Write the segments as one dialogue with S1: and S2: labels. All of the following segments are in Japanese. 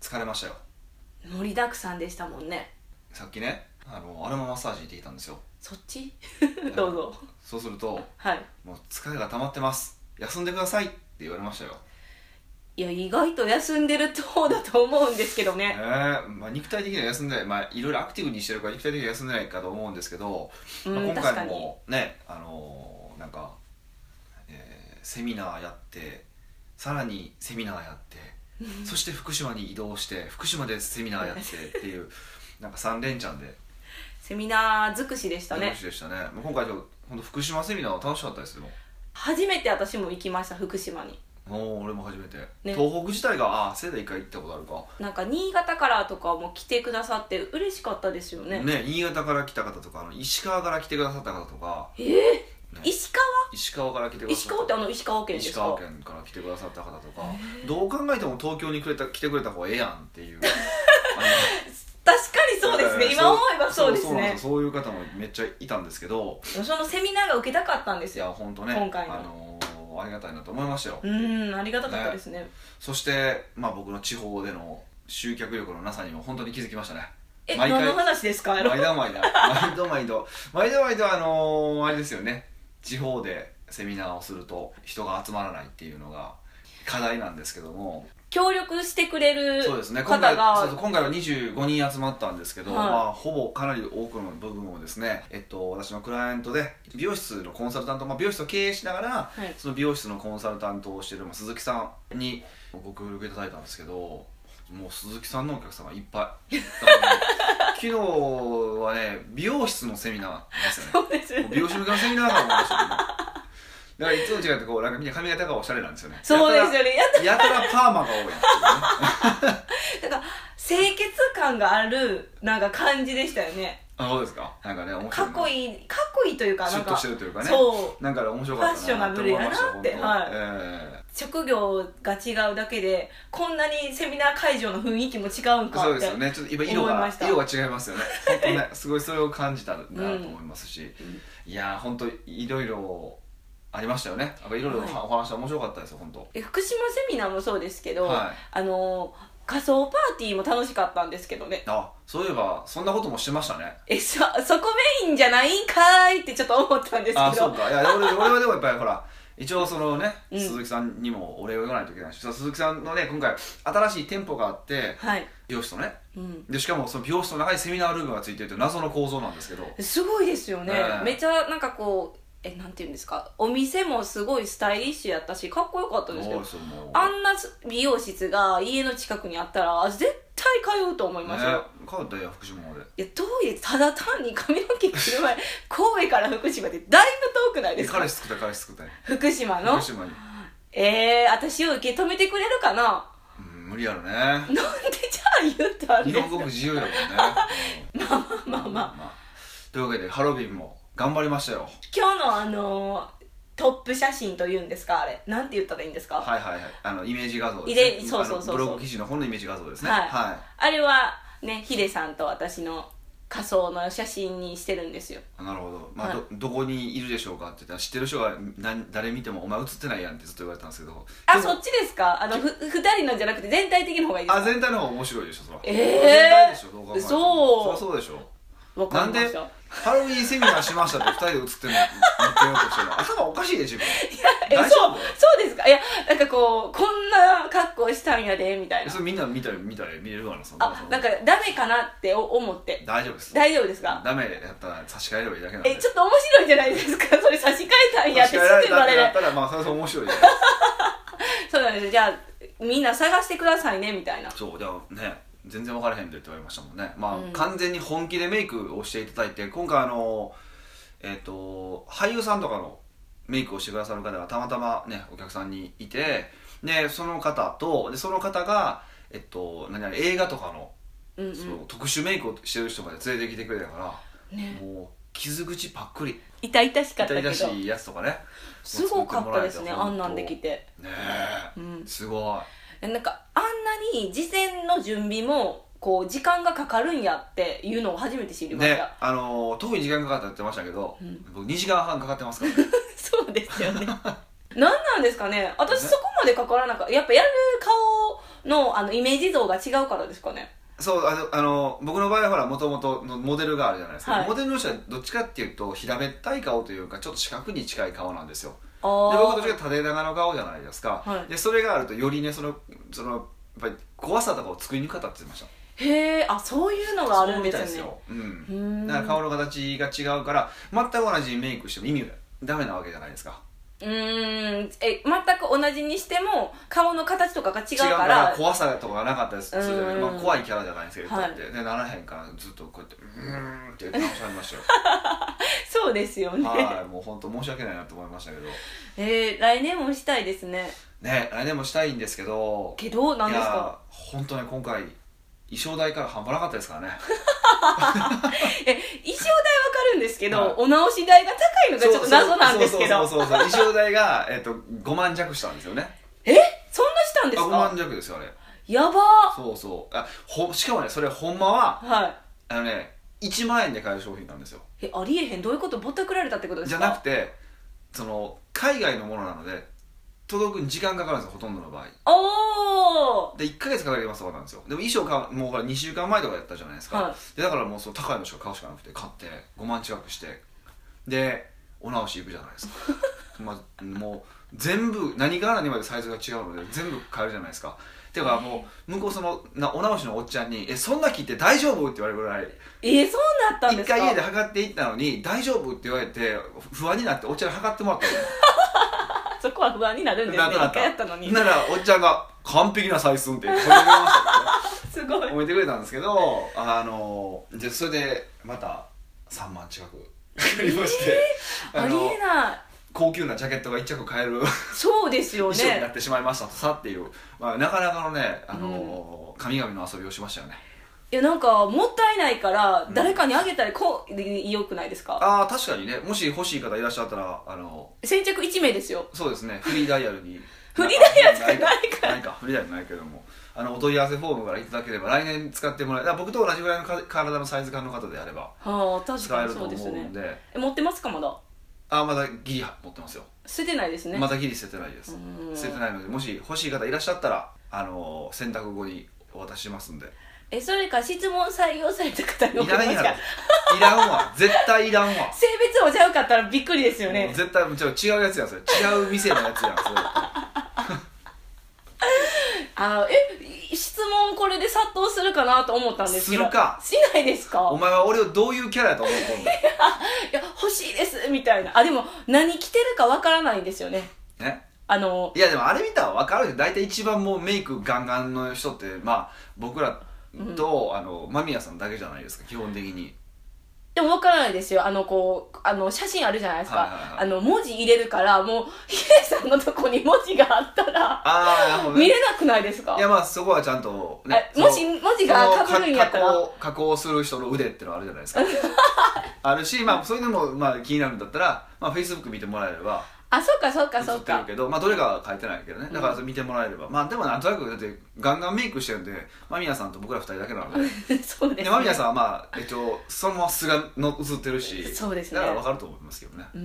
S1: 疲れましたよ
S2: 盛りだくさんでしたもんね
S1: さっきねあのアロママッサージ行ってきたんですよ
S2: そっ ちどうぞ
S1: そうすると
S2: はい
S1: もう疲れが溜まってます休んでくださいって言われましたよ
S2: いや意外と休んでる方だと思うんですけど
S1: え
S2: ね
S1: ーまあ、肉体的には休んでない、まあ、いろいろアクティブにしてるから肉体的には休んでないかと思うんですけど、
S2: う
S1: まあ、
S2: ん
S1: 今
S2: 確か
S1: 回
S2: に
S1: もねあのーなんか、えーセミナーやってさらにセミナーやって そして福島に移動して福島でセミナーやってっていうなんか3連チャンで
S2: セミナー尽くしでしたね
S1: 楽しいでしたねもう今回ちょっと本当福島セミナーは楽しかったですよ
S2: 初めて私も行きました福島に
S1: もう俺も初めて、
S2: ね
S1: 東北自体がああ仙台一回行ったことあるか
S2: なんか新潟からとかも来てくださって嬉しかったですよね
S1: ね新潟から来た方とかあの石川から来てくださった方とか
S2: えー
S1: ね
S2: 石川
S1: 石川から来てくださ
S2: 石
S1: った
S2: 川ってあの石川県です
S1: 石
S2: か
S1: 川県から来てくださった方とか、どう考えても東京にくれた来てくれた方がええやんって いうあ
S2: 確かに
S1: の
S2: そうですね
S1: えー
S2: 今思えばそうです
S1: そうなん
S2: ね
S1: よそういう方もめっちゃいたんですけど
S2: そのセミナーが受けたかったんで
S1: い
S2: す
S1: や
S2: よ
S1: 本当ね
S2: 今回の
S1: あのーありがたいなと思いましたよ、
S2: うんありがたかったですね
S1: そして、まあ、僕の地方での集客力のなさにも本当に気づきましたね
S2: え
S1: 毎回
S2: 何の話ですか
S1: 毎度毎度毎度毎度毎度毎度あのーあれですよね地方でセミナーをすると人が集まらないっていうのが課題なんですけども
S2: 協力してくれる
S1: そうですね今
S2: 方
S1: 回
S2: が
S1: そうそう今回は25人集まったんですけど、
S2: はい
S1: まあ、ほぼかなり多くの部分をですね、えっと、私のクライアントで美容室のコンサルタント、まあ、美容室を経営しながら、
S2: はい
S1: その美容室のコンサルタントをしているまあ鈴木さんにご協力いただいたんですけどもう鈴木さんのお客様いっぱい だからね昨日はね美容室のセミナーですよね
S2: そうです
S1: 美容師向けのセミナーだと思いましたよねだからいつもと違ってこうなんかみんな髪型がおしゃれなんですよね
S2: そうですよねやっ
S1: やたらやたらパーマが多いっていうね
S2: だから清潔感があるなんか感じでしたよね
S1: あそうですかなんかね面白
S2: か
S1: い
S2: っ
S1: な
S2: こいいかっこいいというか
S1: シュ
S2: なん
S1: ッと
S2: か
S1: してるというかね
S2: そう
S1: なんかね面白かったと思いました
S2: ファッショナブルやなって
S1: 本当え
S2: 職業が違うだけでこんなにセミナー会場の雰囲気も違うん
S1: え
S2: かって
S1: そうですよねちょっと今色
S2: 思いま
S1: が
S2: した
S1: 色が違いますよね本当 ねすごいそれを感じたんだなと思いますし、いやー本当いろいろありましたよねなんかいろいろお
S2: はい
S1: 話は面白かったですよ本当
S2: え福島セミナーもそうですけど、
S1: はい
S2: あのー仮想パーティーも楽しかったんですけどね
S1: あそういえばそんなこともしてましたね
S2: えそそこメインじゃないんかーいってちょっと思ったんですけど
S1: あそうかいや俺俺はでもやっぱりほら一応そのね、
S2: うん
S1: 鈴木さんにもお礼を言わないといけないしその鈴木さんのね今回新しい店舗があって
S2: はい、
S1: 美容室とね
S2: うん、
S1: でしかもその美容室の中にセミナールームがついてるという謎の構造なんですけど
S2: すごいですよね、
S1: ええ
S2: めちゃなんかこうえなんていうんですかお店もすごいスタイリッシュやったしかっこよかったですけど
S1: そうもう
S2: あんな美容室が家の近くにあったら絶対通うと思いますよ、
S1: ね帰ったよ福島まで
S2: いやどういうただ単に髪の毛切る前 神戸から福島ってだいぶ遠くないで
S1: え
S2: すか
S1: 彼氏作った彼氏作ったよ
S2: 福島の
S1: 福島に、
S2: えー、私を受け止めてくれるかな
S1: うん、無理やろね
S2: なんでじゃあ言うたん
S1: 日
S2: です
S1: 本
S2: か
S1: 国自由やもんねうん
S2: まあまあまあ
S1: というわけでハロウィンも頑張りましたよ
S2: 今日のあのートップ写真というんですかあれなんて言ったらいいんですか、
S1: はいはいはいあのイメージ画像
S2: イ
S1: です
S2: メ
S1: ね
S2: そうそうそうそう
S1: あのブログ記事の本のイメージ画像ですね
S2: はい
S1: は
S2: あれはねヒデさんと私の仮装の写真にしてるんですよ
S1: いなるほど、まあ
S2: はい
S1: どどこにいるでしょうかって言ったら知ってる人が何誰見ても「お前映ってないやん」ってずっと言われたんですけど
S2: あ
S1: でも
S2: そっちですかあのふ2人のじゃなくて全体的の方がいいです
S1: あ
S2: か
S1: 全体の方が面白いでしょそら
S2: えー
S1: 全体でしょどう考えても
S2: そ
S1: そり
S2: う
S1: ゃそうでしょ
S2: わ
S1: な
S2: かり
S1: ん
S2: ま
S1: で
S2: した
S1: ハロウィンセミナーしましたって二人で写ってるの言ってようとしてるの頭おかしいで自分
S2: え
S1: 大丈
S2: そう
S1: 夫
S2: そうですかいやなんかこうこんな格好したんやでみたいな
S1: それみんな見たら見たら見れるわなそんな
S2: あなんかダメかなってお思って
S1: 大丈夫です
S2: 大丈夫ですか
S1: ダメやったら差し替えればいいだけなんで
S2: えちょっと面白いじゃないですか それ差し替えたんや
S1: 差
S2: っ
S1: して替
S2: す
S1: えら
S2: ぐ
S1: れ
S2: 言
S1: た
S2: わ
S1: っ
S2: れ
S1: て
S2: る
S1: なったらまあそれは面白いじゃん
S2: そうなんですよじゃあみんな探してくださいねみたいな
S1: そうじゃあね全然分からへんでって言われましたもんねまあ、
S2: うん
S1: 完全に本気でメイクをしていただいて今回あのえっ、と俳優さんとかのメイクをしてくださる方がたまたまねお客さんにいてでその方とでその方がえっと何々映画とかの
S2: うんう
S1: その
S2: ん
S1: 特殊メイクをしてる人まで連れてきてくれたか
S2: ね
S1: らもう傷口パックリ
S2: 痛々しかっ
S1: 痛
S2: たけど
S1: 々しいやつとかね
S2: すごかったですね
S1: もう
S2: あ
S1: 作
S2: ん
S1: てもらえて
S2: なんできて
S1: ね
S2: う
S1: え
S2: ん
S1: すご
S2: えなんかあんなに事前の準備もこう時間がかかるんやっていうのを初めて知
S1: い
S2: りまし
S1: ね
S2: た
S1: あのー特に時間かかったって言ってましたけど
S2: うん
S1: 僕2時間半かかってますか らね
S2: そう ですよね何なんですかね私そこまでかからなかったやっぱやる顔のあのイメージ像が違うからですかね
S1: そうあのあの僕の場合はほらもともとのモデルがあるじゃないですか、
S2: はい
S1: モデルの人はどっちかっていうと平べったい顔というかちょっと四角に近い顔なんですよで
S2: あ
S1: 僕
S2: あ
S1: どっちかっていうと縦長の顔じゃないですか、
S2: はい
S1: でそれがあるとよりねそのそのやっぱり怖さとかを作りにくかったって言ってました
S2: へえあそういうのがあるんですね
S1: そうみたいですよ、
S2: う
S1: うんん、だから顔の形が違うから全く同じメイクしても意味がダメなわけじゃないですか
S2: うーんえ全く同じにしても顔の形とかが違
S1: 違
S2: う
S1: う
S2: か
S1: から
S2: ら
S1: 怖さとかがなかったりするじゃない、
S2: うん
S1: まあ、怖いキャラじゃないんですけど、
S2: はい
S1: だってでならへんからずっとこうやってうーんって言って直されましたよ
S2: そうですよね、
S1: はいもう本当申し訳ないなと思いましたけど
S2: えー、来年もしたいですね
S1: ね来年もしたいんですけど
S2: けどなん
S1: い
S2: です
S1: や
S2: か
S1: 本当ね今回衣装代から半端なかったですからね
S2: え衣装代わかるんですけど、
S1: はい
S2: お直し代が高いのが ちょっと謎なんですけど
S1: そうそうそうそうそう衣装代が、えっと5万弱したんですよね
S2: えそんなしたんです
S1: あ5万
S2: か
S1: 弱ですよあれ
S2: やば
S1: そうそうあほしかもねそれほんまは
S2: は
S1: あのね1万円で買える商品なんですよ
S2: いえありえへんどういうことぼったくられたってことで
S1: じ
S2: す
S1: ゃ
S2: か
S1: なくてその海外のものなので届くに時間かかるんですよほとんどの場合
S2: おお
S1: で1ヶ月かかりますとかなんですよでも衣装買うもうほら2週間前とかやったじゃないですか、
S2: は
S1: でだからもうその高いのしか買うしかなくて買って5万近くしてでお直し行くじゃないです かまあもう全部何から何までサイズが違うので全部買えるじゃないですかていうかもう向こうそのなお直しのおっちゃんに「えそんな切って大丈夫?」って言われるぐらい
S2: えー、そうなったんで
S1: 一
S2: すか
S1: 回家で測っていったのに「大丈夫?」って言われて不安になっておっちゃんに測ってもらったの
S2: あそこは不安になるんで
S1: な
S2: すね
S1: ったなっ
S2: 一
S1: た
S2: 回やったのに
S1: ならおっちゃんが「完璧な採寸」って褒めてくれました
S2: すご
S1: け ど
S2: い
S1: ね褒めてくれたんですけどあのでそれでまた3万近くかかりまして、
S2: あ
S1: あ
S2: り
S1: の
S2: えない
S1: 高級なジャケットが1着買える
S2: そうですよ
S1: 衣装にな
S2: ね
S1: ってしまいましたとさっていう、まあ、なかなかのねあの、神々の遊びをしましたよね
S2: いやなんかもったいないから
S1: ん
S2: 誰かにあげたらこうよくないですか
S1: ああ確かにねもし欲しい方いらっしゃったらあの
S2: 先着1名ですよ
S1: そうですねフリーダイヤルに
S2: フリーダイヤルしかないから
S1: ないかフリーダイヤルないけどもあのお問い合わせフォームからいただければ来年使ってもらえだから僕と同じぐらいのか体のサイズ感の方であれば
S2: はあ確
S1: 使
S2: か
S1: える
S2: に
S1: と
S2: そうです
S1: 思うん
S2: ね
S1: で
S2: え持ってますかまだ
S1: あまだギリ持ってますよ、
S2: 捨ててないですね
S1: まだギリ捨ててないです
S2: うん
S1: 捨ててないのでもし欲しい方いらっしゃったらあの洗濯後にお渡ししますん で
S2: えそれか質問採用された方に
S1: い
S2: 送
S1: らん
S2: り
S1: や
S2: ます
S1: ろ
S2: か
S1: いらんわ絶対いらんわ
S2: 性別もちゃうかったらびっくりですよ
S1: も
S2: ね
S1: う絶対もうちょっと違うやつやんそれ違う店のやつやんそ れ
S2: あえ質問これで殺到するかなと思ったんですけど
S1: するか
S2: しないですか
S1: お前は俺をどういうキャラやと思うとんね
S2: いや欲しいですみたいなあでも何着てるかわからないんですよね
S1: んね
S2: あの
S1: いやでもあれ見たら分かるよ大体一番もうメイクガンガンの人ってまあ僕らと、あの間宮さんだけじゃないですか基本的に
S2: でも分からないですよあのこうあの写真あるじゃないですか、
S1: はいはいはい
S2: あの文字入れるからもうヒデさんのとこに文字があったら
S1: ああなるほど
S2: 見
S1: ね
S2: れなくないですか
S1: いやまあそこはちゃんと、ね、
S2: あもし
S1: その
S2: 文字が被るんやったら
S1: その加加工加工する人の腕ってのはあるじゃないで すかあるしまあそういうのもまあ気になるんだったら、まあ、フェイスブック見てもらえれば
S2: あそうかそうか
S1: 映
S2: そ
S1: っ
S2: う
S1: てる
S2: か
S1: けどまあどれかは書いてないけどねだからそれ見てもらえれば、まあでもなんとなくだってガンガンメイクしてるんで間宮さんと僕ら二人だけなので
S2: そう
S1: で
S2: です
S1: 間宮さんはまあ、えっと、そのまま素がの映ってるし
S2: そうですね
S1: だから分かると思いますけどね
S2: うー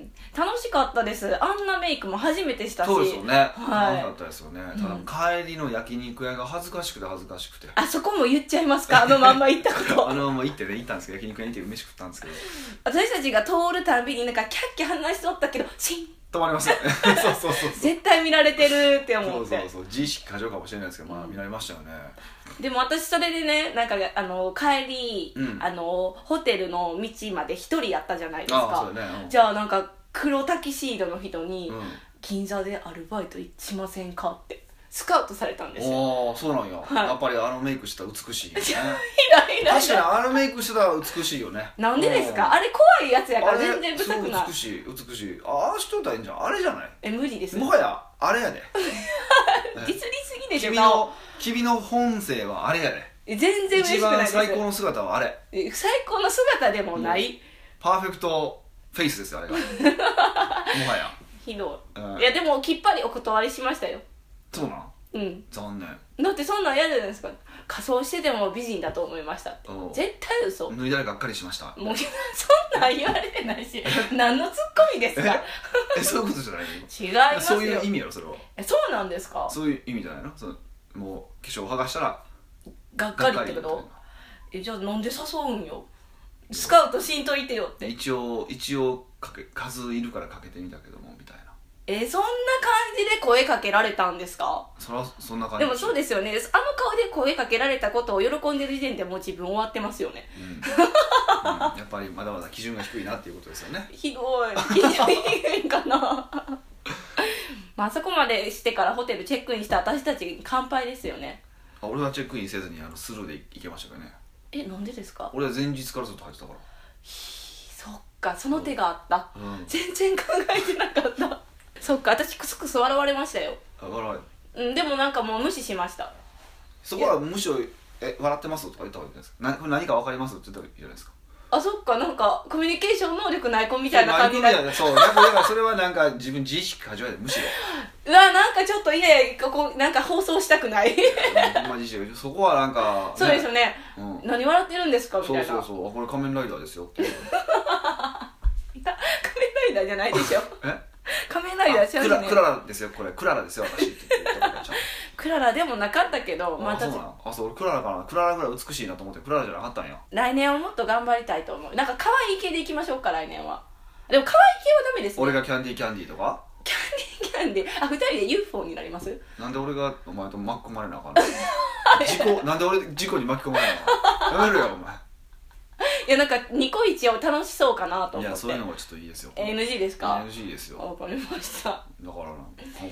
S2: ん楽しかったですあんなメイクも初めてしたし
S1: そうですよね、
S2: は
S1: 楽
S2: い
S1: しかったですよねただ帰りの焼肉屋が恥ずかしくて恥ずかしくて
S2: あそこも言っちゃいま すかあのまんま行ったこと
S1: あのもう行ってね行ったんですけど焼肉屋に行って飯食ったんですけど
S2: 私たちが通るたんびになんかキャッキャ話しとったけどシン
S1: 止まりま したねそうそうそうそう
S2: 絶対見られてるって思って
S1: そうそうそう自意識過剰かもしれないですけどまあ見られましたよね、
S2: でも私それでねなんかあの帰り、
S1: うん
S2: あのホテルの道まで一人やったじゃないです
S1: ああそ
S2: か
S1: うだねうん
S2: じゃあなんか黒タキシードの人に、
S1: うん
S2: 銀座でアルバイトしませんか?」ってスカウトされたんです よ
S1: おおそうなんや、
S2: はい
S1: やっぱりあのメイクしてたら美しいよね
S2: イライラ
S1: 確
S2: イ
S1: かに
S2: ラ
S1: あのメイクしてたら美しいよね
S2: なんでです
S1: うん
S2: かあれ怖いやつやか
S1: あ
S2: ら
S1: れ
S2: 全然ブサくない
S1: すごい美しい美しいああしといたらいいんじゃんあれじゃない
S2: え無理ですデ
S1: も
S2: ィ
S1: はやあれや で
S2: スりすぎでしょ
S1: 君
S2: 顔
S1: の君の本性はあれやで
S2: え全然嬉し
S1: 一
S2: くない
S1: 番
S2: です
S1: 最高の姿はあれ
S2: え最高の姿でもない、
S1: パーフェクトフェイスですよあ れがもはや
S2: ひどい、
S1: うん
S2: いやでもきっぱりお断りしましたよ
S1: そうなん
S2: うん
S1: 残念
S2: だってそんなん嫌じゃないですか仮装してても美人だと思いましたって
S1: おう
S2: 絶対嘘も
S1: 脱いだらがっかりしました
S2: うそんなん言われてないし何のツッコミですか
S1: えそういうことじゃないの
S2: 違いますよ
S1: そういう意味やろそれは
S2: えそうなんですか
S1: そういう意味じゃないのそのもう化粧剥がしたら
S2: が
S1: が
S2: っか
S1: っ
S2: り
S1: か
S2: っ
S1: り
S2: て
S1: みた
S2: こ
S1: いな
S2: とえじゃあなんで誘うんよスカウトしんといてよって
S1: 一応一応かけ数いるからかけてみたけどもみたいな
S2: えそんな感じで声かけられたんですか
S1: それはそんな感じ
S2: でもそう
S1: で
S2: ですよねあの顔で声かけられたことを喜んでる時点でもう自分終わってますよね
S1: す、うんうんやっぱりまだまだ基準が低いなっていうことですよね
S2: ひどい聞いていいかな まああそこまでしてからホテルチェックインした私たち乾杯ですよね
S1: あ俺はチェックインせずにあのスルーで行けましたからね
S2: えなんでですか
S1: 俺は前日からずっと入ってたか
S2: そっかその手があった
S1: らうん
S2: 全然考えてなかったそっか私クスクス笑われましたよ
S1: あ笑い
S2: うんでもなんかもう無視しました
S1: そこはむしろ「え笑ってます?」とか言った方がいいんじゃないですかなこれ何か分かりますって言ったらいいじゃないですか
S2: あそっかなんかコミュニケーション能力ない子みたいな感じに
S1: ま
S2: な
S1: あ
S2: る
S1: 行くみたいなそうなんかだからそれはなんか自分自意識始めてむしろ
S2: うわなんかちょっといやいやここなんか放送したく ない
S1: うんほんま自意識そこはなんか、
S2: そうですよね
S1: うん、
S2: 何笑ってるんですかみたい
S1: そう
S2: な
S1: そうそうあこれ仮面ライダーですよって
S2: いや仮面ライダーじゃないで しょ
S1: え
S2: 仮面ライダーちゃう
S1: ク
S2: よ
S1: ラ
S2: ね
S1: クララですよこれクララですよ私って言ってたからちゃんと
S2: クララでもなかったけどま
S1: あ
S2: た
S1: そうなのあそう俺クララかなクララぐらい美しいなと思ってクララじゃなかったんや
S2: 来年はもっと頑張りたいと思うなんか可愛い系でいきましょうか来年はでも可愛い系はダメですね
S1: 俺がキャンディーキャンディーとか
S2: キャンディーキャンディーあ二人で UFO になります
S1: なんで俺がお前と巻き込まれなあかんの事 故なんで俺事故に巻き込まれなあかんのやめるよお
S2: いやなんかニコイチを楽しそうかなと
S1: 前
S2: 思っ
S1: い
S2: て
S1: やそういうのがちょっといいですよ
S2: NG ですか
S1: NG ですよ
S2: わかりました
S1: だからな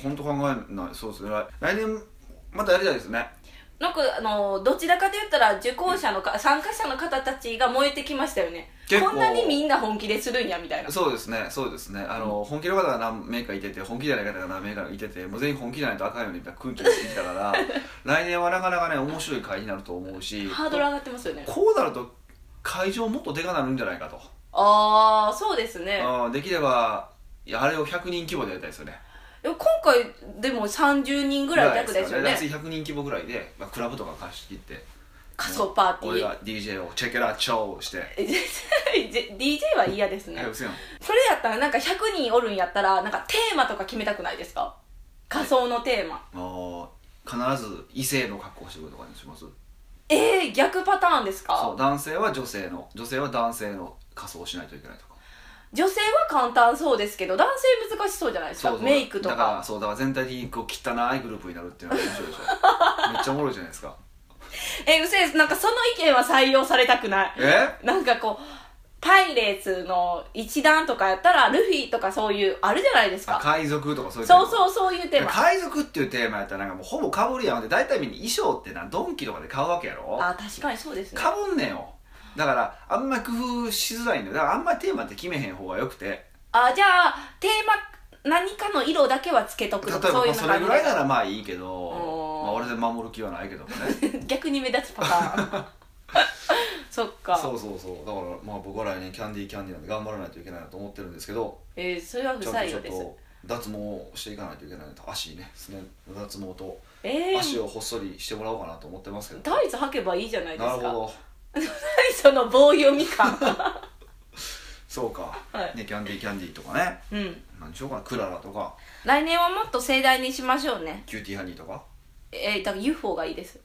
S1: 本当考えないそうですね来来年またやりたいですね
S2: なんかあのどちらかと言ったら受講者のか参加者の方たちが燃えてきましたよね
S1: 結構
S2: こんなにみんな本気でするんやみたいな
S1: そうですねそうですねあの、本気の方が何名かいてて本気じゃない方が何名かいててもう全員本気じゃないとあかんよねみたいな空気が出てきたから 来年はなかなかね面白い会になると思うし
S2: ハードル上がってますよね
S1: こうなると会場もっとでかなるんじゃないかと、
S2: ああそうですね
S1: あーできればいやあれを100人規模でやりたいですよね
S2: でも今回でも30人ぐらい弱ですよね
S1: 夏100人規模ぐらいで、まあ、クラブとか貸し切って
S2: 仮想パーティ
S1: 俺
S2: ー
S1: が DJ をチェケラチョーして
S2: え 絶対じ DJ は嫌ですね
S1: えうせやん
S2: それやったらなんか100人おるんやったらなんかテーマとか決めたくないですか仮想のテーマ
S1: あー必ず異性の格好をしてくるとかにします
S2: えー、逆パターンです
S1: そ
S2: か
S1: う男性は女性の女性は男性の仮装をしないといけないとか
S2: 女性は簡単そうですけど男性難しそうじゃないですか
S1: そうそう
S2: メイクと
S1: だから
S2: か
S1: そうだから全体的にこう汚いグループになるっていうのが面白いでし ょめっちゃおもろいじゃないですか
S2: えうせえなんかその意見は採用されたくない
S1: え
S2: なんかこうパイレーツの一団とかやったらルフィとかそういうあるじゃないです
S1: あ
S2: か
S1: 海賊とかそういう
S2: そう
S1: う
S2: そうそういうテーマ
S1: 海賊っていうテーマやったらなんかもうほぼかぶりやんで大体みんな衣装ってなドンキとかで買うわけやろ
S2: あ確かにそうですね
S1: かぶんねんよだからあんまり工夫しづらいんだよだからあんまりテーマって決めへん方がよくて
S2: あじゃあテーマ何かの色だけはつけとく
S1: 例え
S2: と
S1: ば
S2: かそう
S1: ま
S2: い
S1: あ
S2: うの
S1: そ
S2: があ
S1: れ
S2: る
S1: ぐ
S2: の
S1: らい
S2: か
S1: ならまあいいけど、
S2: おー
S1: まあ、俺で守る気はないけども ね
S2: 逆に目立つパタ ーンそっか
S1: そうそうそうだからまあ僕は来年キャンディーキャンディーなんで頑張らないといけないなと思ってるんですけど
S2: えー、それは不
S1: ちゃんと
S2: 採
S1: ちょ
S2: 用
S1: っ
S2: です
S1: と脱毛をしていかないといけないなと足ねすね脱毛と
S2: え
S1: 足
S2: ー、
S1: をほっそりしてもらおうかなと思ってますけど、
S2: タイツ履けばいいじゃないです
S1: な
S2: か
S1: るほど
S2: 何その棒読み感
S1: そうか、
S2: はい
S1: ね、キャンディーキャンディーとかね
S2: うん
S1: 何しようかなクララとか
S2: 来年はもっと盛大にしましょうね
S1: キューティーハニーとか
S2: えー、だから UFO がいいです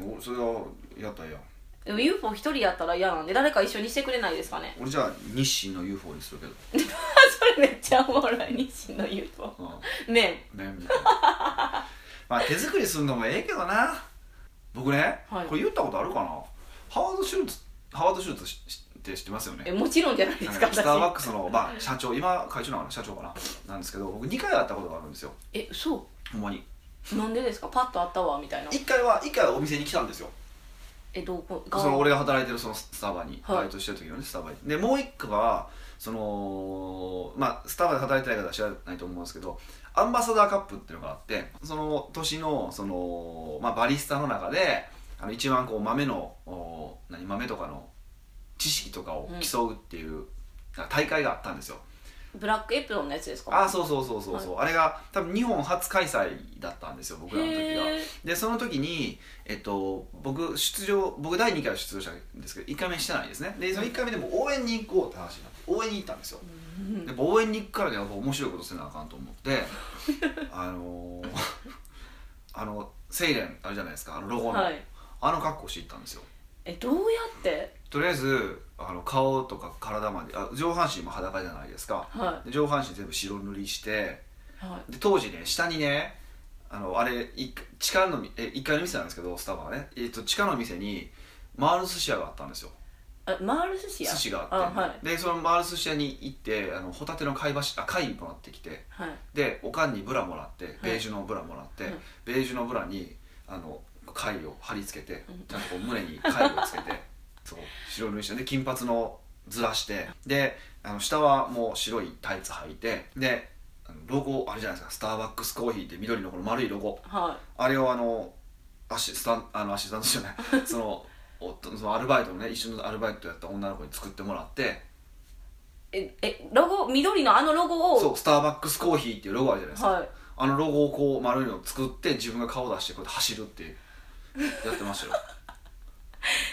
S1: おそれはやったらええやん
S2: でも UFO 一人やったら嫌なんで誰か一緒にしてくれないですかね
S1: 俺じゃあ日清の UFO にするけど、
S2: それめっちゃおもろい日清の UFO
S1: う
S2: ね
S1: ん、ねみたいなまあ手作りするのもええけどな僕ね、
S2: はい
S1: これ言ったことあるかなハワード・シュルツハワード・シュルツししって知ってますよね
S2: えもちろんじゃないで
S1: なん
S2: す
S1: か
S2: か
S1: スターバッ
S2: 私
S1: クスの、まあ、社長今会長なのかな社長かななんですけど僕2回会ったことがあるんですよ
S2: えそ
S1: ほんまに
S2: うなんでですかパッとあったわみたいな
S1: 1回は一回はお店に来たんですよ
S2: えどうこ
S1: その俺が働いてるそのスタバに
S2: はい
S1: バイトしてる時のね、スタバにでもう1個はそのまあスタバで働いてない方は知らないと思うんですけどアンバサダーカップっていうのがあってその年のその、まあ、バリスタの中であの一番こう豆のお何豆とかの知識とかを競うっていう、大会があったんですよ
S2: ブラックエプロンのやつですか
S1: あそうそうそうそうそう、あれが多分日本初開催だったんですよ僕らの時が
S2: へー
S1: でその時に、えっと、僕出場僕第2回出場したんですけど1回目してないですねでその1回目でも応援に行こうって話になって応援に行ったんですよ
S2: うん
S1: やっぱ応援に行くからにはやっぱ面白いことせなあかんと思って あのー、あのセイレンあるじゃないですかあのロゴの、
S2: はい
S1: あの格好して行ったんですよ
S2: えどうやって
S1: とりあえずあの顔とか体まであ上半身も裸じゃないですか
S2: は
S1: で上半身全部白塗りして
S2: いはい
S1: で当時ね下にねあのあれい地下のみえ1階の店なんですけどスタバはね、えっと、地下の店に回る寿司屋があったんですよ
S2: あマール寿司
S1: 寿
S2: や
S1: 司が
S2: あ
S1: あって
S2: はい
S1: でその回る寿司屋に行ってあのホタテの貝柱あ貝もらってきて
S2: はい
S1: でおかんにブラもらってベージュのブラもらって、
S2: はい
S1: ベージュのブラにあの貝を貼り付けて
S2: うん
S1: ちゃんとこう胸に貝をつけて そう白縫いしてで金髪のずらしてであの下はもう白いタイツ履いてであのロゴあれじゃないですかスターバックスコーヒーって緑のこの丸いロゴ
S2: は
S1: あれをあのアシスタンあのアシスタントじゃ ないその夫そのアルバイトのね一緒のアルバイトやった女の子に作ってもらって
S2: いええロゴ緑のあのロゴを
S1: そうスターバックスコーヒーっていうロゴあるじゃないですか、
S2: はい
S1: あのロゴをこう丸いのを作って自分が顔出してこうやって走るっていうやってましたよ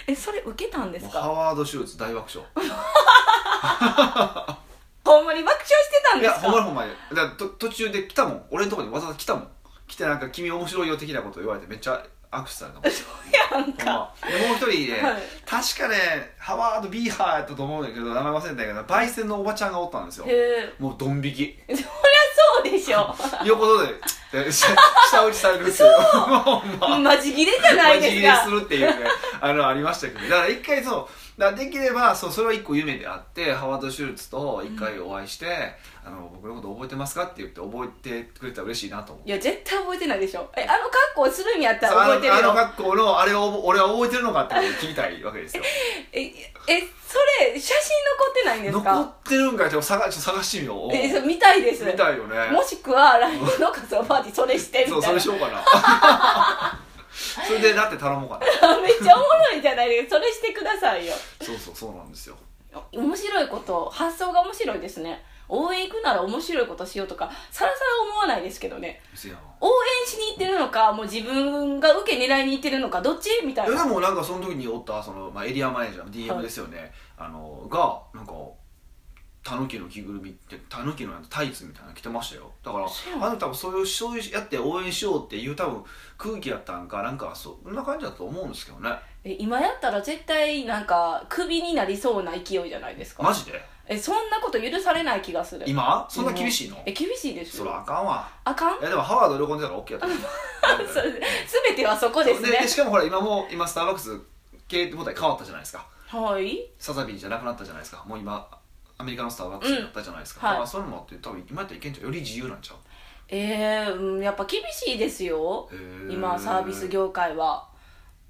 S2: えそれ受けたん です
S1: もうハ
S2: か
S1: ワード・シューツ大爆笑
S2: ほんまに爆笑してたん
S1: い
S2: で
S1: や
S2: す
S1: ほんま
S2: か
S1: にほんまにだからと途中で来たもん俺のとこにわざわざ来たもん来てなんか君面白いよ的なこと言われてめっちゃ握手された もん
S2: やんか
S1: ほんまでもう一人ね、
S2: はい
S1: 確かねハワード・ビーハーやったと思うんだけど名前忘れたんだけど焙煎のおばちゃんがおったんですよ
S2: へえ
S1: もうドン引き
S2: そりゃそうでしょ
S1: 横 ででし下打ちされるっていうもう ほんま
S2: マジ切れじゃないですか
S1: するっていう ねあのありましたけどだから一回そうだからできればそうそれは一個夢であってハワード・シュルツと一回お会いして、あの僕のこと覚えてますかって言って覚えてくれたら嬉しいなと思う
S2: いや絶対覚えてないでしょえあの格好するんやったら
S1: そうあ
S2: 覚えて
S1: の
S2: る
S1: あの
S2: よ
S1: 学校のあれを俺は覚えてるのかってことを聞きたいわけ ですよ
S2: ええそれ写真残ってないんです
S1: 残
S2: か
S1: ってるんかいちょっと探ちょっと探してみよう
S2: えそう見たいです
S1: 見たいよね
S2: もしくは LINE の仮想パーティーそれして み
S1: そう
S2: た
S1: それ
S2: いな
S1: しようかな それでラテ頼もうかな
S2: めっちゃおもろいじゃないですかそれしてくださいよ
S1: そうそうそうなんですよ
S2: 面白いこと発想が面白いですね応援行くなら面白いことしようとかさらさら思わないですけどね
S1: せやん
S2: 応援しに行ってるのかもう自分が受け狙いに行ってるのかどっちみたい
S1: えで
S2: な
S1: もなんかその時におったその、まあ、エリアマネージャーの DM ですよね、あのがなんかタヌキの着ぐるみってタヌキのタイツみたいなの着てましたよだから
S2: そう
S1: あの多分そういうそういうやって応援しようっていう多分空気やったんかなんかそんな感じだと思うんですけどね
S2: え今やったら絶対なんかクビになりそうな勢いじゃないですか
S1: マジで
S2: えそんなこと許されない気がする
S1: 今そんな厳しいの
S2: え厳しいです
S1: そ
S2: よ
S1: らあかんわ
S2: あかん
S1: いやでもハワード喜んでたから OK やった
S2: それ全ては そこですね
S1: ででしかもほら今もう今スターバックス経営母体変わったじゃないですか
S2: はい
S1: サザビーじゃなくなったじゃないですかもう今アメリカのスターバックスになったじゃないですか、
S2: うん
S1: だ
S2: はい
S1: からそういうのもあって多分今やったらいけんちゃうより自由なんちゃう
S2: えー、うんやっぱ厳しいですよ
S1: へー
S2: 今サービス業界は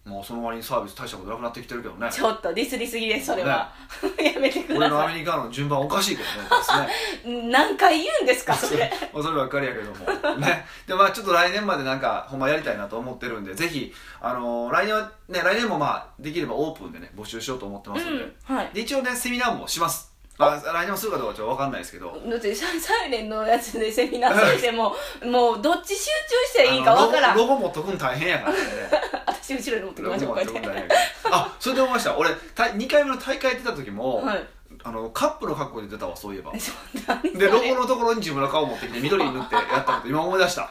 S1: もうその割にサービス大したことなくなってきてるけどね
S2: ちょっとディスりすぎですそれは、 やめてく
S1: 俺
S2: だ
S1: のア
S2: さ
S1: メリカの順番おかしいけどねですね
S2: い何回言うんですか それ
S1: まあそればっかりやけどもねでまあちょっと来年までなんかほんまやりたいなと思ってるんでぜひあのー来年はね来年もまあできればオープンでね募集しようと思って
S2: う
S1: ますんで,、
S2: んはい
S1: で一応ねセミナーもします、まあ、来年もするかどうかちょっと分かんないですけど
S2: だってササイレンのやつでセミナーされてももうどっち集中していいかわから
S1: あ
S2: ん
S1: のロゴロゴ持っとくん大変やからね
S2: 私後ろに持ってき
S1: ロ
S2: ま
S1: ゴ
S2: しょう
S1: 持
S2: こ
S1: っ
S2: う
S1: とく
S2: や
S1: ん大
S2: っ
S1: 変や
S2: て
S1: からあそれで思いました俺た2回目の大会出た時も、
S2: はい
S1: あのカップの格好で出たわそういえば
S2: えそう何そ
S1: で
S2: れ
S1: ロゴのところに自分の顔を持ってきて緑に塗ってやったこと今思い出した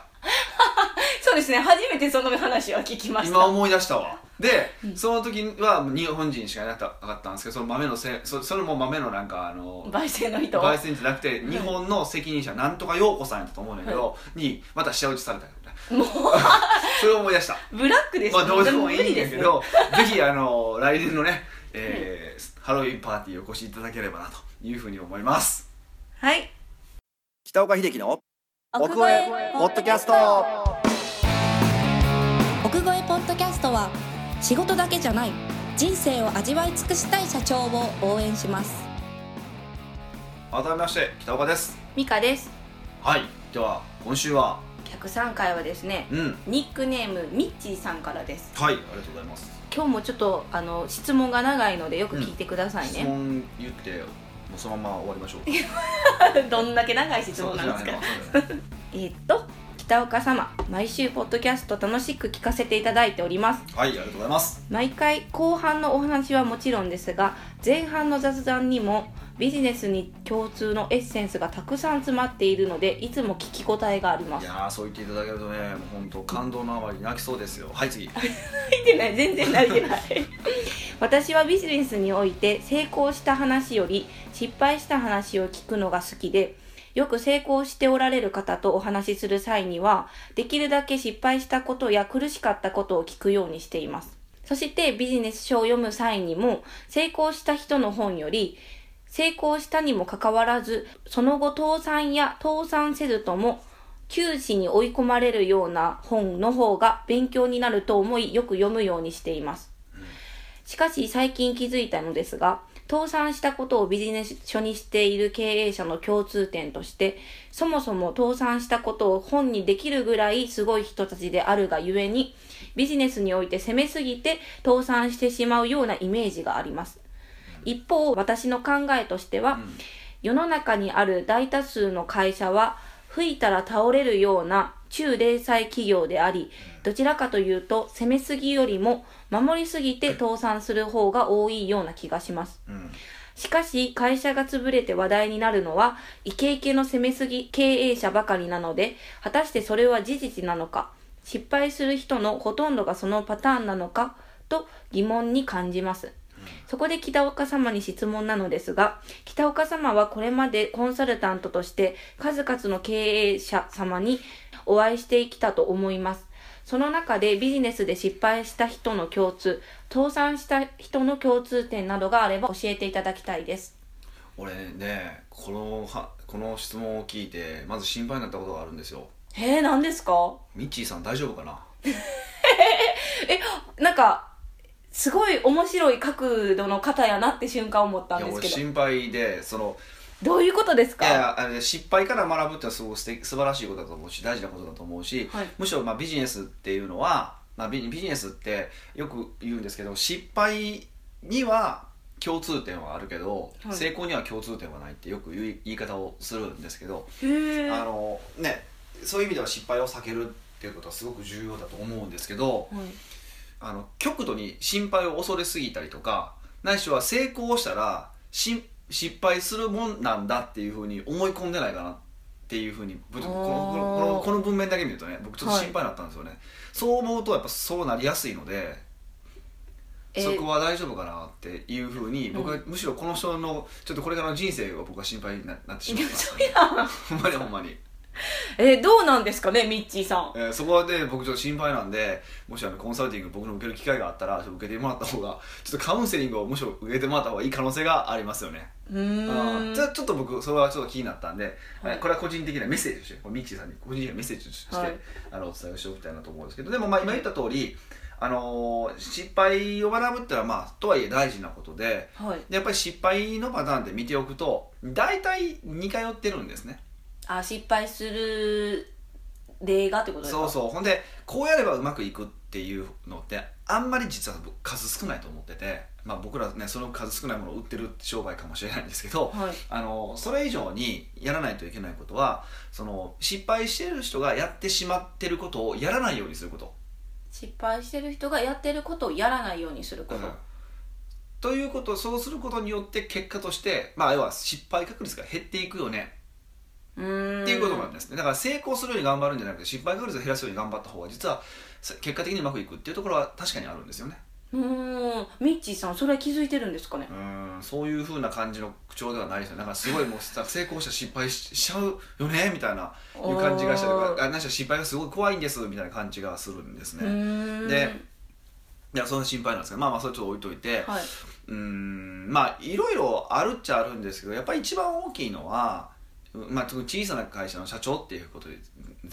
S2: そうですね初めてその話は聞きました
S1: 今思い出したわで、その時は日本人しかいなかったんですけどその豆のせそそれも豆のなんかあの
S2: 焙煎の人
S1: 焙煎じゃなくて日本の責任者なんとか陽子さんやったと思うんだけど、にまた下打ちされたけどね
S2: もう
S1: それを思い出した
S2: ブラックです
S1: まあどうでもいいん
S2: で
S1: や
S2: す
S1: け
S2: ね
S1: ど、ぜひあの来年のね、えーハロウィンパーティーお越しいただければなというふうに思います
S2: はい
S1: 北岡秀樹の
S3: 奥越えポッドキャスト
S4: 奥越えポッドキャストは仕事だけじゃない人生を味わい尽くしたい社長を応援します
S1: 改めまして北岡です
S2: ミカです
S1: はいでは今週は
S2: 103回はですね
S1: うん
S2: ニックネームミッチーさんからです
S1: はいありがとうございます
S2: 今日もちょっとあの質問が長いのでよく聞いてください
S1: 質
S2: ね、
S1: 問言ってうそのまま終わりましょう
S2: どんだけ長い質問なんですか
S1: そうですね
S2: えーっと北岡様毎週ポッドキャスト楽しく聞かせていただいております
S1: はいありがとうございます
S2: 毎回後半のお話はもちろんですが前半の雑談にもビジネスに共通のエッセンスがたくさん詰まっているのでいつも聞き応えがありま
S1: い
S2: す
S1: やーそう言っていただけるとねもう本当感動のあまり泣きそうですよはい次
S2: 泣いてない全然泣いてない私はビジネスにおいて成功した話より失敗した話を聞くのが好きでよく成功しておられる方とお話しする際にはできるだけ失敗したことや苦しかったことを聞くようにしていますそしてビジネス書を読む際にも成功した人の本より成功したにもかかわらずその後倒産や倒産せずとも窮死に追い込まれるような本の方が勉強になると思いよく読むようにしていますしかし最近気づいたのですが、倒産したことをビジネス書にしている経営者の共通点として、そもそも倒産したことを本にできるぐらいすごい人たちであるがゆえに、ビジネスにおいて攻めすぎて倒産してしまうようなイメージがあります。一方、私の考えとしては、世の中にある大多数の会社は吹いたら倒れるような中零細企業でありどちらかというと攻めすぎよりも守りすぎて倒産する方が多いような気がします
S1: うん
S2: しかし会社が潰れて話題になるのはイケイケの攻めすぎ経営者ばかりなので果たしてそれは事実なのか失敗する人のほとんどがそのパターンなのかと疑問に感じますそこで北岡様に質問なのですが、北岡様はこれまでコンサルタントとして数々の経営者様にお会いしてきたと思います。その中でビジネスで失敗した人の共通、倒産した人の共通点などがあれば教えていただきたいです。
S1: 俺ねこのはこの質問を聞いてまず心配になったことがあるんですよ
S2: えー、何ですか
S1: ミッチーさん大丈夫かな
S2: え、なんか、すごい面白い角度の方やなって瞬間思った
S1: い
S2: ん
S1: や
S2: です
S1: 俺
S2: けど、
S1: 心配でその
S2: どういうことです
S1: い
S2: か
S1: やいやあれ失敗から学ぶってのはすごく素敵素晴らしいことだと思うし大事なことだと思うし、
S2: はい
S1: むしろまあビジネスっていうのは、まあ、ビジビジネスってよく言うんですけど失敗には共通点はあるけど、
S2: はい
S1: 成功には共通点はないってよく言い言い方をするんですけど、
S2: へー
S1: あ
S2: は
S1: のね、そういう意味では失敗を避けるっていうことはすごく重要だと思うんですけど
S2: い
S1: あの極度に心配を恐れすぎたりとかないしは成功したらし失敗するもんなんだっていうふうに思い込んでないかなっていうふうにぶこのこのこのこの文面だけ見るとね僕ちょっと心配になったんですよね、そう思うとやっぱそうなりやすいので。
S2: え
S1: そこは大丈夫かなっていうふうに僕はむしろこの人のちょっとこれからの人生が僕は心配にななってしまったんですよねほんまにほんまに
S2: えーどうなんですかね、ミッチーさん。
S1: えーそこはね僕ちょっと心配なんでもしあのコンサルティング僕の受ける機会があったらちょっと受けてもらった方がちょっとカウンセリングをむしろ受けてもらった方がいい可能性がありますよね
S2: うーん
S1: じゃちょっと僕それはちょっと気になったんで、
S2: は
S1: え
S2: い
S1: これは個人的なメッセージとしてこれミッチーさんに個人的なメッセージとして、
S2: はい
S1: あのお伝えをしておきたいなと思うんですけどでもまあ今言った通りあのー失敗を学ぶってのはまあとはいえ大事なことで
S2: はい
S1: でやっぱり失敗のパターンで見ておくと大体似通ってるんですね
S2: あ失敗する例がってことですか
S1: そうそうほんでこうやればうまくいくっていうのってあんまり実は僕数少ないと思ってて、まあ、僕らねその数少ないものを売ってる商売かもしれないんですけど、
S2: はい
S1: あのそれ以上にやらないといけないことはその失敗してる人がやってしまってることをやらないようにすること。
S2: 失敗してる人がやってることをやらないようにすること、
S1: ということそうすることによって結果として、まあ、要は失敗確率が減っていくよね
S2: うーん
S1: っていうことなんですねだから成功するように頑張るんじゃなくて失敗確率を減らすように頑張った方が実はさ結果的にうまくいくっていうところは確かにあるんですよね
S2: うーんミッチーさんそれは気づいてるんですかね
S1: うーんそういうふうな感じの口調ではないですよだからすごいもうさ成功したら失敗しちゃうよねみたいないう感じがしたりと
S2: おー
S1: かあなんか失敗がすごい怖いんですみたいな感じがするんです
S2: う
S1: ね
S2: ーん
S1: でいやそんな心配なんですけどまあまあそれちょっと置いといて、
S2: はいう
S1: ーんまあいろいろあるっちゃあるんですけどやっぱり一番大きいのは、うまあ、特に小さな会社の社長っていうことで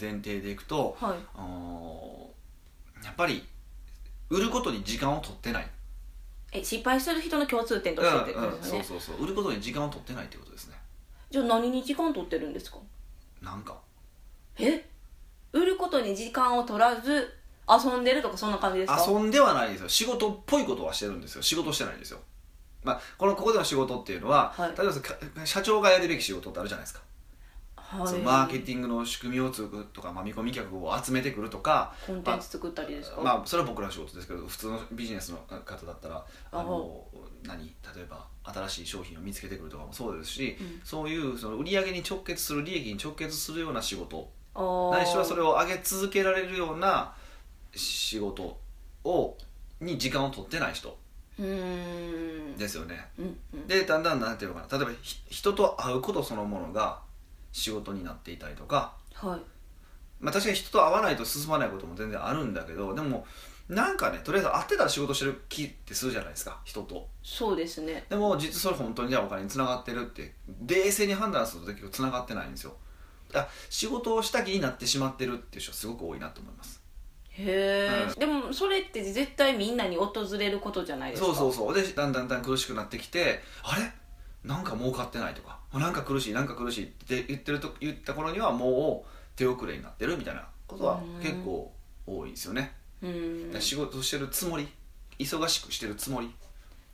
S1: 前提でいくと、
S2: はい
S1: あのーやっぱり売ることに時間を取ってない、
S2: え失敗する人の共通点
S1: う
S2: と
S1: ん
S2: してってこ
S1: う
S2: と
S1: ん、
S2: です
S1: そ
S2: よ
S1: う
S2: ね
S1: そうそう売ることに時間を取ってないってことですね
S2: じゃあ何に時間取ってるんですか
S1: なんか
S2: え売ることに時間を取らず遊んでるとかそんな感じですか
S1: 遊んではないですよ仕事っぽいことはしてるんですよ仕事してないんですよまあ、このここでの仕事っていうのは、
S2: はい
S1: 例えばか社長がやるべき仕事ってあるじゃないですか、
S2: は
S1: そのマーケティングの仕組みを作るとか、まあ、見込み客を集めてくるとか、
S2: コンテンツ作ったりですか、
S1: まあ、それは僕らの仕事ですけど普通のビジネスの方だったらあの何例えば新しい商品を見つけてくるとかもそうですし、
S2: うん
S1: そういうその売り上げに直結する利益に直結するような仕事
S2: あー
S1: ないしはそれを上げ続けられるような仕事をに時間を取ってない人
S2: うーん
S1: ですよね。
S2: うんうん
S1: でだんだんなんていうのかな例えばひ人と会うことそのものが仕事になっていたりとか、
S2: はい
S1: まあ、確かに人と会わないと進まないことも全然あるんだけどでもなんかねとりあえず会ってたら仕事してる気ってするじゃないですか人と
S2: そうですね
S1: でも実はそれ本当にじゃあお金につながってるって冷静に判断すると結構つながってないんですよだから仕事をした気になってしまってるっていう人すごく多いなと思います
S2: へえ、
S1: うん
S2: でもそれって絶対みんなに訪れることじゃないですか
S1: そうそうそうでだんだんだん苦しくなってきてあれなんか儲かってないとかあなんか苦しいなんか苦しいって言ってると言った頃にはもう手遅れになってるみたいなことは
S2: うん
S1: 結構多いですよね、
S2: ううん
S1: だから仕事してるつもり忙しくしてるつもり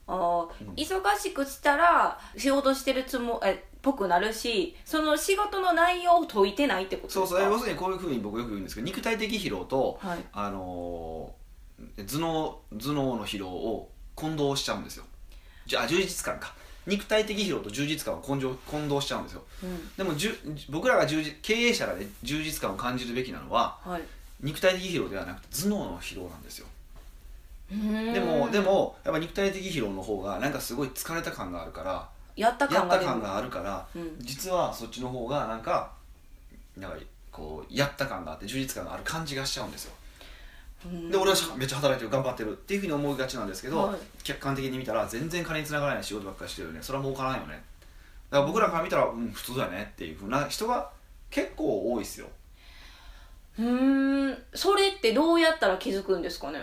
S2: あー
S1: うん
S2: 忙しくしたら仕事してるつもえっぽくなるしその仕事の内容を解いてないってことです
S1: そ
S2: か
S1: うそう要するにこういうふうに僕よく言うんですけど肉体的疲労と、
S2: はい
S1: あのー頭脳頭脳の疲労を混同しちゃうんですよじゃあ充実感か肉体的疲労と充実感を混同混同しちゃうんですよ
S2: うん
S1: でもじゅ僕らが充実経営者がね充実感を感じるべきなのは
S2: はい
S1: 肉体的疲労ではなくて頭脳の疲労なんですよ
S2: うーん
S1: でもでもやっぱ肉体的疲労の方がなんかすごい疲れた感があるから
S2: やった
S1: や
S2: 感
S1: っ
S2: が
S1: た
S2: 出る
S1: 感があるから、
S2: うん
S1: 実はそっちの方がなんかなんかこうやった感があって充実感がある感じがしちゃうんですよ
S2: うん
S1: で俺はめっちゃ働いてる頑張ってるっていうふうに思いがちなんですけど、
S2: はい
S1: 客観的に見たら全然金につながらない仕事ばっかりしてるよねそれは儲からないよねだから僕らから見たらうん普通だよねっていうふうな人が結構多いですよ
S2: うーんそれってどうやったら気づくんですかね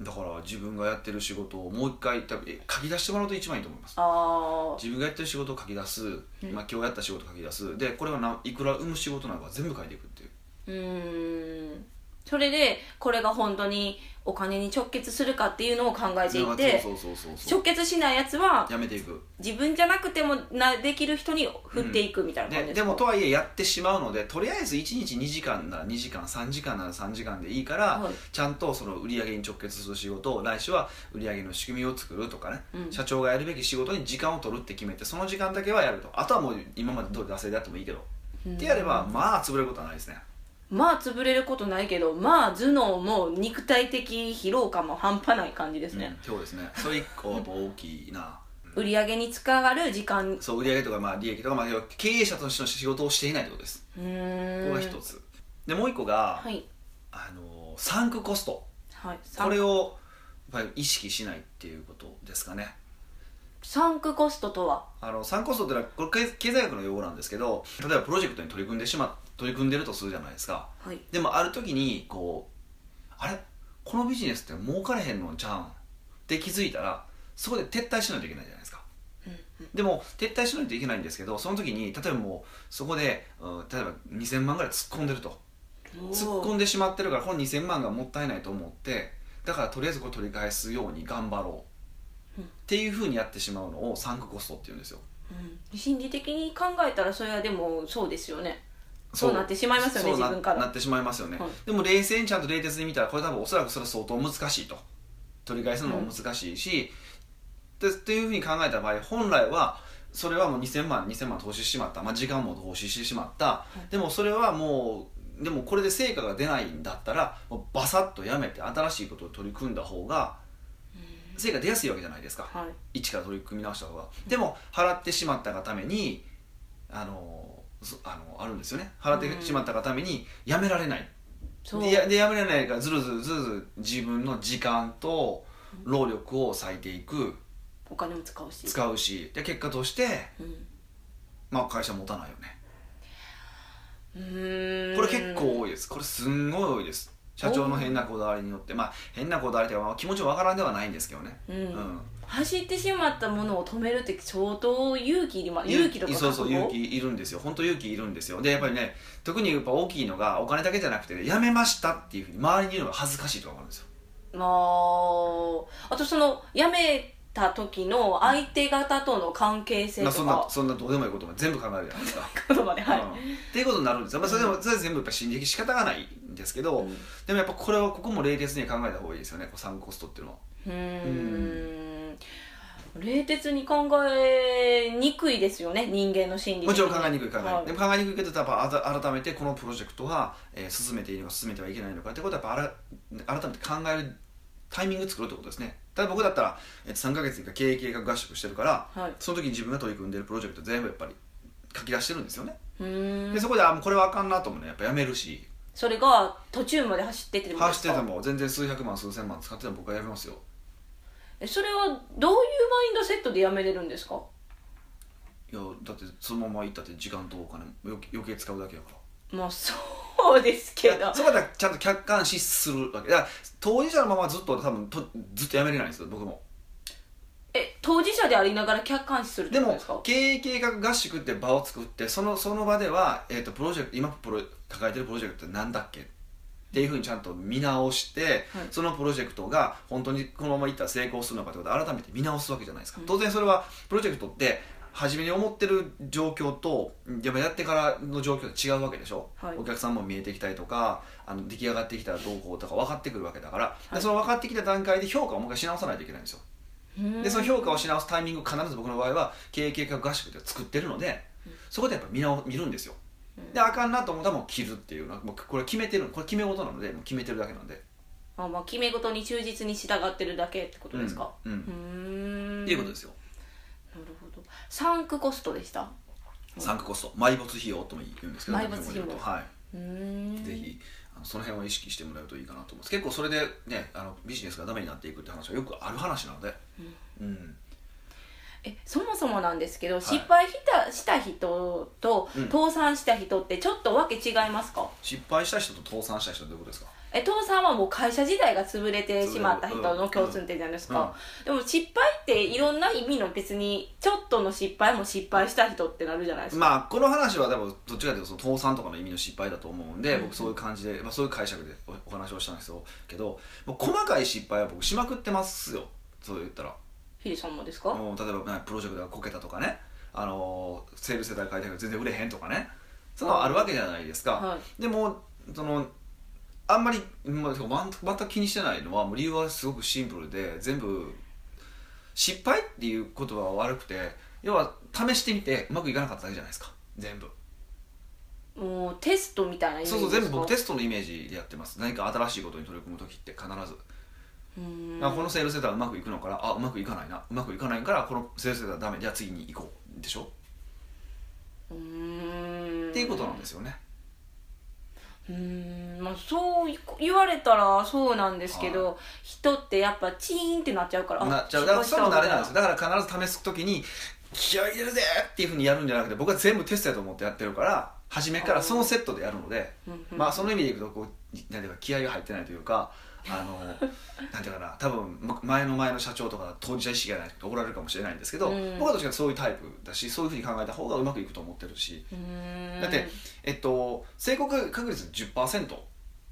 S1: だから自分がやってる仕事をもう一回多分え書き出してもらうと一番いいと思います
S2: あ
S1: 自分がやってる仕事を書き出す、まあ、今日やった仕事を書き出すでこれはないくら生む仕事なのか全部書いていくっていう
S2: ーうーんそれでこれが本当にお金に直結するかっていうのを考えていて
S1: そうそうそうそうそ
S2: 直
S1: う
S2: 結しないやつは
S1: やめていく
S2: 自分じゃなくてもなできる人に振っていくみたいな感じ
S1: で
S2: です
S1: で
S2: か、
S1: もとはいえやってしまうのでとりあえず1日2時間なら2時間3時間なら3時間でいいから、
S2: はい
S1: ちゃんとその売り上げに直結する仕事を来週は売り上げの仕組みを作るとかね、
S2: うん
S1: 社長がやるべき仕事に時間を取るって決めてその時間だけはやるとあとはもう今まで通り惰性でやってもいいけど、
S2: うん
S1: ってやればまあ潰れることはないですね
S2: まあ潰れることないけどまあ頭脳も肉体的疲労感も半端ない感じですね、
S1: うんそうですねそれ一個はやっぱ大きいな
S2: 売り上げに使わる時間
S1: そう売り上げとかまあ利益とか、まあ、要は経営者としての仕事をしていないってことです
S2: う
S1: こ
S2: ーん
S1: れが一つ、でもう一個が、
S2: はい
S1: あのーサンクコスト
S2: はいサ
S1: これ
S2: ン
S1: をやっぱり意識しないっていうことですかね
S2: サンクコストとは
S1: あのサンクコストってのはこれ経経済学の用語なんですけど例えばプロジェクトに取り組んでしま取り組んでるとするじゃないですか
S2: はい
S1: でもある時にこうあれこのビジネスって儲かれへんのじゃんって気づいたらそこで撤退しないといけないじゃないですかでも撤退しないといけないんですけどその時に例えばもうそこで、うん例えば2000万ぐらい突っ込んでると突っ込んでしまってるからこの2000万がもったいないと思ってだからとりあえずこれ取り返すように頑張ろう、
S2: うん
S1: っていうふうにやってしまうのをサンクコストっていうんですよ
S2: うん心理的に考えたらそれはでもそうですよねそうなってしまいますよね
S1: そうな
S2: 自分から
S1: なってしまいますよね、
S2: はい
S1: でも冷静にちゃんと冷徹に見たらこれ多分おそらくそれは相当難しいと取り返すのも難しいし、でっていうふうに考えた場合本来はそれはもう2000万2000万投資してしまった、まあ、時間も投資してしまった、でもそれはもうでもこれで成果が出ないんだったらもうバサッとやめて新しいことを取り組んだ方が成果出やすいわけじゃないですか、
S2: はい
S1: 一から取り組み直した方がでも払ってしまったがためにあのそあのあるんですよね払ってしまったがためにやめられない、
S2: そう
S1: でやでやめられないからずるずるずるずる自分の時間と労力を割いていく
S2: お金も使うし
S1: 使うしで結果として、
S2: うん
S1: まあ、会社持たないよね
S2: うーん
S1: これ結構多いですこれすんごい多いです社長の変なこだわりによってまあ変なこだわりというかまあ気持ちわからんではないんですけどね、
S2: うん走ってしまったものを止めるって相当勇気にま勇気とか
S1: そうそう
S2: 覚悟
S1: 勇気いるんですよ本当勇気いるんですよでやっぱりね特にやっぱ大きいのがお金だけじゃなくてやめましたっていうふうに周りに言うのが恥ずかしいとかもあるんですよ
S2: まああとその辞めた時の相手方との関係性
S1: まあ、
S2: と
S1: そんな
S2: か
S1: そんなどうでもいいことも全部考えるじゃないですか、
S2: ことまで はい、
S1: うんっていうことになるんですよ、まあ、それでもそれは全部やっぱ心理的仕方がないんですけど、
S2: うん
S1: でもやっぱこれはここも冷徹に考えた方がいいですよねこうサンコストっていうのは
S2: うーん冷徹に考えにくいですよね人間の心理的
S1: も
S2: に
S1: ちろん考えにくい考え、
S2: はい
S1: でも考えにくいけどやっぱあた改めてこのプロジェクトは、えー進めていいのか進めてはいけないのかってことはやっぱあら改めて考えるタイミング作るってことですねただ僕だったら、えー、3ヶ月以下経営計画合宿してるから
S2: はい
S1: その時に自分が取り組んでるプロジェクト全部やっぱり書き出してるんですよね、
S2: うーん
S1: でそこであもうこれはあかんなと思うねやっぱやめるし
S2: それが途中まで走ってってことです
S1: 走
S2: か
S1: ってても全然数百万数千万使ってても僕はやめますよ
S2: えそれはどういうマインドセットでやめれるんですか
S1: いやだってそのまま行ったって時間とお金も余計余計使うだけやから
S2: まあそうです
S1: い
S2: けど
S1: やそこはだからちゃんと客観視するわけだから当事者のままずっと多分とずっとやめれないんですよ僕も
S2: え当事者でありながら客観視するって
S1: で
S2: こと
S1: も
S2: ですか
S1: 経営計画合宿って場を作ってそのその場では、えー、とプロジェクト今プロ抱えてるプロジェクトってなんだっけっていうふうにちゃんと見直して、
S2: はい
S1: そのプロジェクトが本当にこのままいったら成功するのかってことを改めて見直すわけじゃないですか、
S2: うん
S1: 当然それはプロジェクトって初めに思ってる状況とやっぱやってからの状況と違うわけでしょ、
S2: はい
S1: お客さんも見えてきたりとかあの出来上がってきたらどうこうとか分かってくるわけだから、
S2: は
S1: で
S2: い
S1: その分かってきた段階で評価をもう一回し直さないといけないんですよでその評価をし直すタイミングを必ず僕の場合は経営計画合宿で作ってるので、そこでやっぱ見直見るんですよであかんなと思ったらもう切るっていうのはもうこれ決めてるこれ決め事なのでもう決めてるだけなんで
S2: あまあ決め事に忠実に従ってるだけってことですか
S1: うんうん
S2: うーん
S1: っていうことですよ
S2: なるほどサンクコストでしたうん
S1: サンクコスト埋没費用とも言うんですけど
S2: 埋没費
S1: 日
S2: 用
S1: 本語で言うとは
S2: うー
S1: い
S2: ん
S1: ぜひあのその辺は意識してもらうといいかなと思います結構それでねあのビジネスがダメになっていくって話はよくある話なのでうん
S2: えそもそもなんですけど、
S1: い
S2: 失敗したした人と
S1: うん
S2: 倒産した人ってちょっとわけ違いますか、
S1: 失敗した人と倒産した人はどういうことですか
S2: え倒産はもう会社自体が潰れてしまった人の共通点じゃないですか、でも失敗っていろんな意味の別にちょっとの失敗も失敗した人ってなるじゃないですか、
S1: まあこの話はでもどっちかというとその倒産とかの意味の失敗だと思うんで、
S2: うん
S1: 僕そういう感じで、まあ、そういう解釈でおお話をしたんですよけどもう細かい失敗は僕しまくってますよそう言ったら
S2: ヒリさんもですか、
S1: もう例えばまあプロジェクトがこけたとかね、あのーセール世代変えたけど全然売れへんとかねそのあるわけじゃないですか、
S2: は
S1: でもそのあんまりまあ全く気にしてないのはもう理由はすごくシンプルで全部失敗っていう言葉は悪くて要は試してみてうまくいかなかっただけじゃないですか全部
S2: い、もうテストみたいなイメージ
S1: そうそう全部僕テ
S2: ス
S1: ストのイメージでやってます何か新しいことに取り組む時って必ず、
S2: トうーん
S1: あこのセールセーターうまくいくのからあうまくいかないなうまくいかないからこのセールセーターダメじゃあ次に行こうでしょ、
S2: うーん
S1: っていうことなんですよね
S2: うーんまあそうい言われたらそうなんですけど、人ってやっぱチーンってなっちゃうから
S1: なっちゃうだからそれも慣れなんですよだから必ず試す時に気合い入れるぜっていうふうにやるんじゃなくて僕は全部テストやと思ってやってるから初めからそのセットでやるので、まあその意味でいくとこうなんていうか気合が入ってないというかあの なんていうかな多分ま前の前の社長とか当事者意識がないと怒られるかもしれないんですけど、
S2: うん
S1: 僕はどっちかというとそういうタイプだしそういうふうに考えた方がうまくいくと思ってるし、だ
S2: だ
S1: ってえっと成功確率10%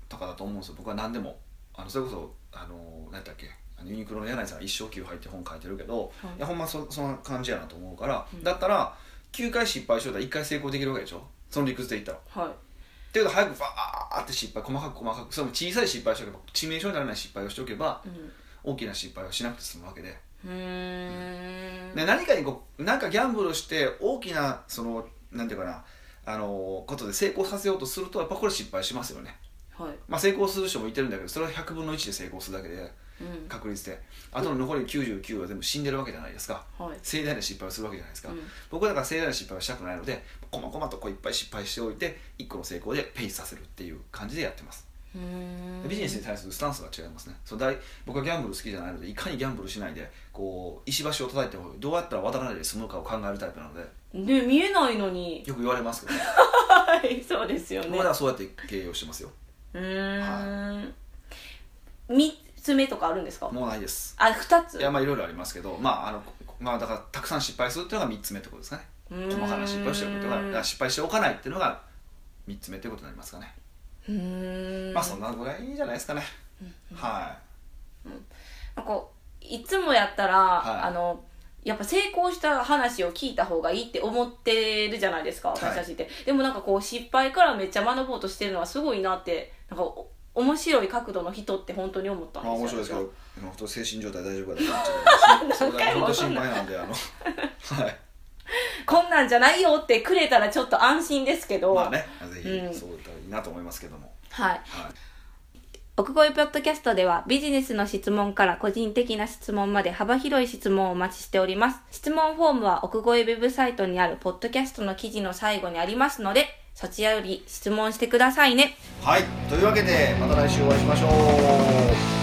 S1: とかだと思うんですよ僕は何でもあのそれこそあの何だっけあのユニクロの柳井さんが一生休入って本書いてるけど、
S2: はい
S1: い、やほんまそそんな感じやなと思うから、
S2: うん
S1: だったら9回失敗しようと1回成功できるわけでしょその理屈でいったら。
S2: は
S1: っていうと早くバーって失敗細かく細かくその小さい失敗をしておけば致命傷にならない失敗をしておけば
S2: いうん
S1: 大きな失敗をしなくて済むわけで,、
S2: うーん
S1: で何かにこうなんかギャンブルをして大きなそのなんていうかなあのことで成功させようとするとやっぱこれ失敗しますよね、
S2: はい
S1: まあ、成功する人もいてるんだけどそれは100分の1で成功するだけで
S2: うん
S1: 確率であとの残り99は全部死んでるわけじゃないですか
S2: はい
S1: 盛大な失敗をするわけじゃないですか、
S2: うん
S1: 僕はだから盛大な失敗をしたくないので細々とこういっぱい失敗しておいて1個の成功でペイさせるっていう感じでやってます
S2: うーん
S1: ビジネスに対するスタンスが違いますねそう大僕はギャンブル好きじゃないのでいかにギャンブルしないでこう石橋を叩いてもどうやったら渡らないで済むかを考えるタイプなので
S2: で見えないのに
S1: よく言われますけど、ね、
S2: はいそうですよね
S1: 僕らはそうやって経営をしてますよ
S2: うーん三つ目とかあるんですか
S1: もうないです
S2: あ二つ
S1: いやまあいろいろありますけどまああのまあだからたくさん失敗するっていうのが3つ目ってことですかね
S2: うーん
S1: 細かな失敗をしておくっていうのがだから失敗しておかないっていうのが3つ目ってことになりますかね、
S2: うーん
S1: まあそんなぐらいじゃないですかね、はい
S2: なんかいいつもやったら、
S1: はい
S2: あのやっぱ成功した話を聞いた方がいいって思ってるじゃないですか
S1: い
S2: 私たちって、でもなんかこう失敗からめっちゃ学ぼうとしてるのはすごいなってなんかお面白い角度の人って本当に思ったん
S1: まあ面白い
S2: で
S1: ですす
S2: よ
S1: け
S2: 私
S1: ど、
S2: は
S1: 今本当精神状態大丈夫かな と
S2: 何回
S1: 本
S2: も
S1: 当心配なんで、あ の、はい。
S2: こんなんじゃないよってくれたらちょっと安心ですけど、
S1: まあね、ぜ
S2: うん
S1: ひそうだったらいいなと思いますけども。
S2: はい
S1: はい。
S2: 奥越えポッドキャストではビジネスの質問から個人的な質問まで幅広い質問をお待ちしております。質問フォームは奥越えウェブサイトにあるポッドキャストの記事の最後にありますので、そちらより質問してくださいね。
S1: はい、というわけでまた来週お会いしましょう。